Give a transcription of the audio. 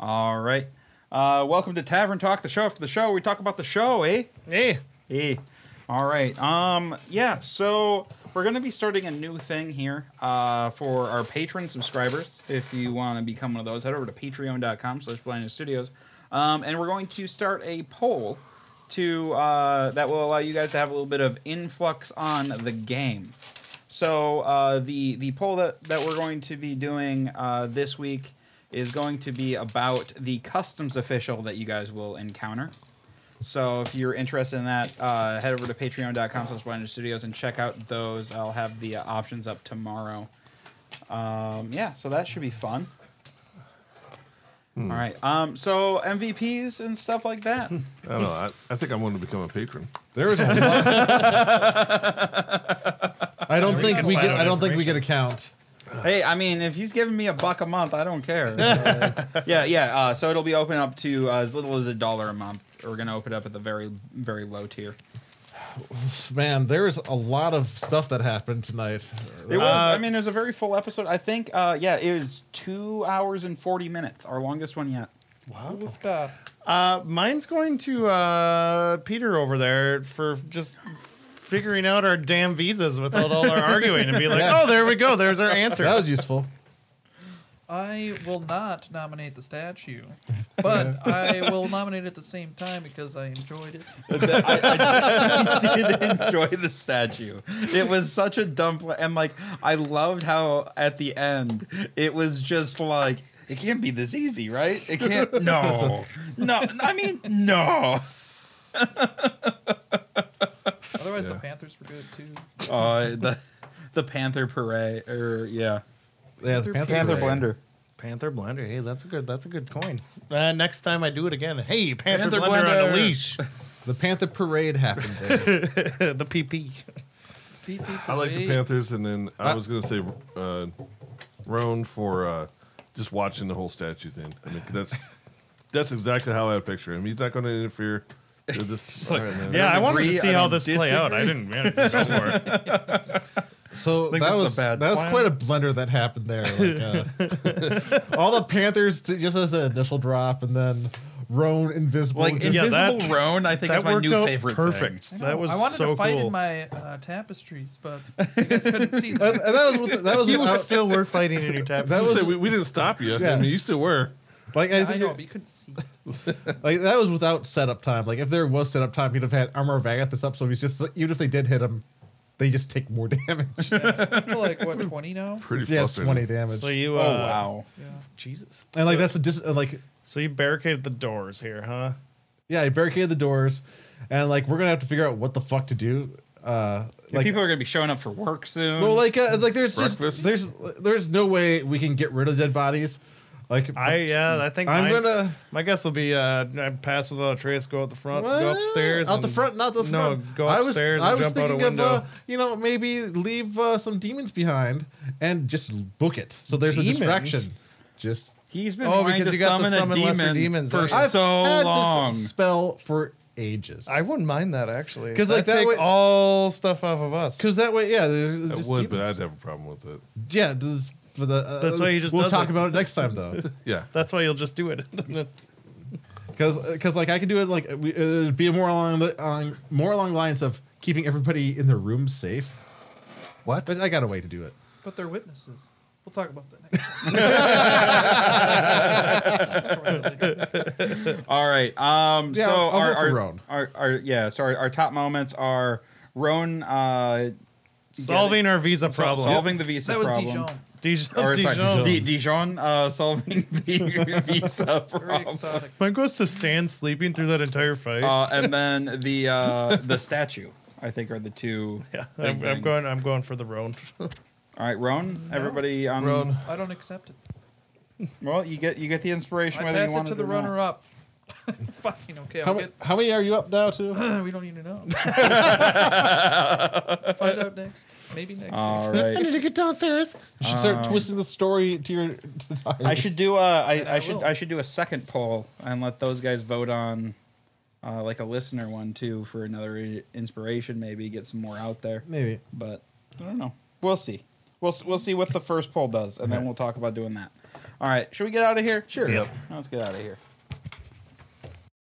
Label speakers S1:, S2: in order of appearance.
S1: All right. Uh, welcome to Tavern Talk, the show after the show. We talk about the show, eh?
S2: Hey,
S1: Hey. All right. Um. Yeah. So we're gonna be starting a new thing here. Uh, for our patron subscribers, if you want to become one of those, head over to Patreon.com/slash Blind News Studios. Um, and we're going to start a poll to uh, that will allow you guys to have a little bit of influx on the game. So uh, the the poll that that we're going to be doing uh, this week is going to be about the customs official that you guys will encounter. So if you're interested in that, uh, head over to patreon.com slash Blinder studios and check out those. I'll have the uh, options up tomorrow. Um, yeah, so that should be fun. All right. Um, so MVPs and stuff like that.
S3: I don't know. I, I think I'm going to become a patron.
S4: There is a lot. I don't think
S2: can
S4: we
S2: find
S4: get.
S2: out
S4: I don't think we get a count.
S1: hey, I mean, if he's giving me a buck a month, I don't care. Uh, yeah, yeah. Uh, so it'll be open up to uh, as little as a dollar a month. We're gonna open up at the very, very low tier.
S4: Man, there is a lot of stuff that happened tonight.
S1: It was. I mean, it was a very full episode. I think. Uh, yeah, it was two hours and forty minutes, our longest one yet.
S2: Uh, mine's going to uh, Peter over there for just figuring out our damn visas without all our arguing and be like,
S4: Yeah.
S2: oh, there we go. There's our answer.
S4: That was useful.
S5: I will not nominate the statue, but I will nominate it at the same time because I enjoyed it.
S1: did enjoy the statue. It was such a dumb pla- and like I loved how at the end it was just like it can't be this easy, right? It can't. No, no. I mean, no.
S5: Otherwise, the Panthers were good too.
S1: Uh, the the Panther Parade, or yeah,
S4: Yeah, the Panther,
S1: Panther
S4: Parade.
S1: Blender.
S2: Panther blender. Hey, that's a good. That's a good coin. Uh, next time I do it again, hey, Panther,
S1: Panther
S2: blender, on
S1: blender.
S2: a leash.
S4: The Panther Parade happened there.
S2: the PP.
S3: I like the Panthers, and then I was going to say uh, Roan for uh, just watching the whole statue thing. I mean, that's that's exactly how I picture him. He's not going to interfere. with this. All right, man.
S2: Yeah, I wanted to
S1: Agree,
S2: see
S1: I
S2: how
S1: don't
S2: this play out. I didn't. Man, go for it.
S4: So
S1: Think
S4: that
S1: this is a
S4: was
S1: bad
S4: that was
S1: plan.
S4: quite a blender that happened there. Like, uh, all the Panthers t- just as an initial drop, and then Roan invisible.
S1: Like
S4: just,
S2: Yeah,
S1: Invisible
S2: that-
S1: Roan, I think
S2: That
S1: is my
S2: worked
S1: new
S2: out
S1: favorite. thing.
S2: perfect. That was
S5: I wanted
S2: so
S5: to fight
S2: cool.
S5: in my uh, tapestries, but you guys couldn't see them.
S4: and that was with- that was
S2: you
S4: without-
S2: still were fighting in your tapestry.
S4: That
S3: I
S4: was-
S3: say we, we didn't stop you.
S4: Yeah.
S3: I mean, you still were.
S4: like I
S5: I
S4: think
S5: know,
S4: it-
S5: but you couldn't see.
S4: Like that was without setup time. Like if there was setup time, he'd have had armor of Agath this up. So he's just even if they did hit him, they just take more damage.
S5: It's up to like what twenty now?
S3: Pretty
S4: yeah, it's twenty
S3: frustrating.
S4: damage.
S2: So you.
S1: Oh
S2: Uh,
S1: wow!
S5: Yeah.
S2: Jesus.
S4: and like
S2: So-
S4: that's a dis- uh, like
S2: So you barricaded the doors here, huh?
S4: yeah, he barricaded the doors, and like we're gonna have to figure out what the fuck to do. Uh,
S1: Like,
S4: like
S1: people are gonna be showing up for work
S2: Um,
S1: soon.
S4: well, like uh, like there's just
S3: Breakfast.
S4: there's there's no way we can get rid of dead bodies. Like
S2: I yeah, I think
S4: I'm
S2: my,
S4: gonna-
S2: My guess will be uh, I pass without a trace, go out the front, go
S4: Well,
S2: upstairs,
S4: out the
S2: and-
S4: front, not the
S2: no,
S4: front.
S2: go upstairs and jump out a window.
S4: of uh, you know maybe leave uh, some demons behind and just book it. So there's
S2: Demons?
S4: a distraction. Just
S1: he's been
S2: Oh,
S1: trying to
S2: because you got
S1: summon
S2: the
S1: a
S2: summon lesser
S1: demon
S2: demons,
S1: for
S2: right?
S4: I've
S1: so
S4: had
S1: long.
S4: this spell for ages.
S2: I wouldn't mind that actually,
S4: 'Cause, like,
S2: That'd
S4: that
S2: take
S4: way-
S2: all stuff off of us.
S4: because that way, yeah, there's
S3: I
S4: just
S3: would, but I'd
S4: demons.
S3: have a problem with it.
S4: yeah. this- for the, uh,
S2: That's why he just
S4: We'll
S2: does
S4: talk
S2: it.
S4: about it next time though,
S3: Yeah.
S2: That's why you'll just do it.
S4: because like I could do it like we- it'd be more along the on more along the lines of keeping everybody in their room safe. What? But I got a way to do it.
S5: But they're witnesses. We'll talk about that next.
S1: All right. Um.
S4: Yeah,
S1: so
S4: I'll- I'll
S1: our,
S4: vote for
S1: our,
S4: Roan.
S1: our our yeah. Sorry. Our top moments are Roan. Uh,
S2: solving our visa
S1: sol-
S2: problem.
S1: solving the visa
S5: That was
S1: problem.
S5: Dijon.
S2: Dijon.
S1: Or
S2: Dijon.
S1: sorry, Di- Dijon uh, solving the visa
S5: Very
S1: problem.
S5: exotic.
S2: Mine goes to Stan sleeping through that entire fight.
S4: Um,
S1: Uh, and then the uh, the statue. I think are the two.
S2: yeah,
S1: big
S2: I'm, I'm
S1: things.
S2: going. I'm going for the Rhone.
S1: All right, Roan. Everybody on.
S3: Roan.
S5: I don't accept it.
S1: Well, you get you get the inspiration
S5: I
S1: whether
S5: pass
S1: you
S5: it
S1: want
S5: to the
S1: or not.
S5: runner up. Fine, okay.
S4: How,
S5: I'll
S4: ma-
S5: get,
S4: how many are you up now to?
S5: we don't need to know. Find out next. Maybe next. week.
S1: All right.
S4: to get downstairs. You should start twisting the story to your. To
S1: Um, I should do a, I, I
S5: I
S1: should
S5: will.
S1: I should do a second poll and let those guys vote on uh, like a listener one too for another i- inspiration maybe get some more out there
S4: maybe.
S1: but I don't know we'll see we'll s- we'll see what the first poll does and then we'll talk about doing that All right, should we get out of here?
S4: Sure.
S2: Yep.
S1: Let's get out of here.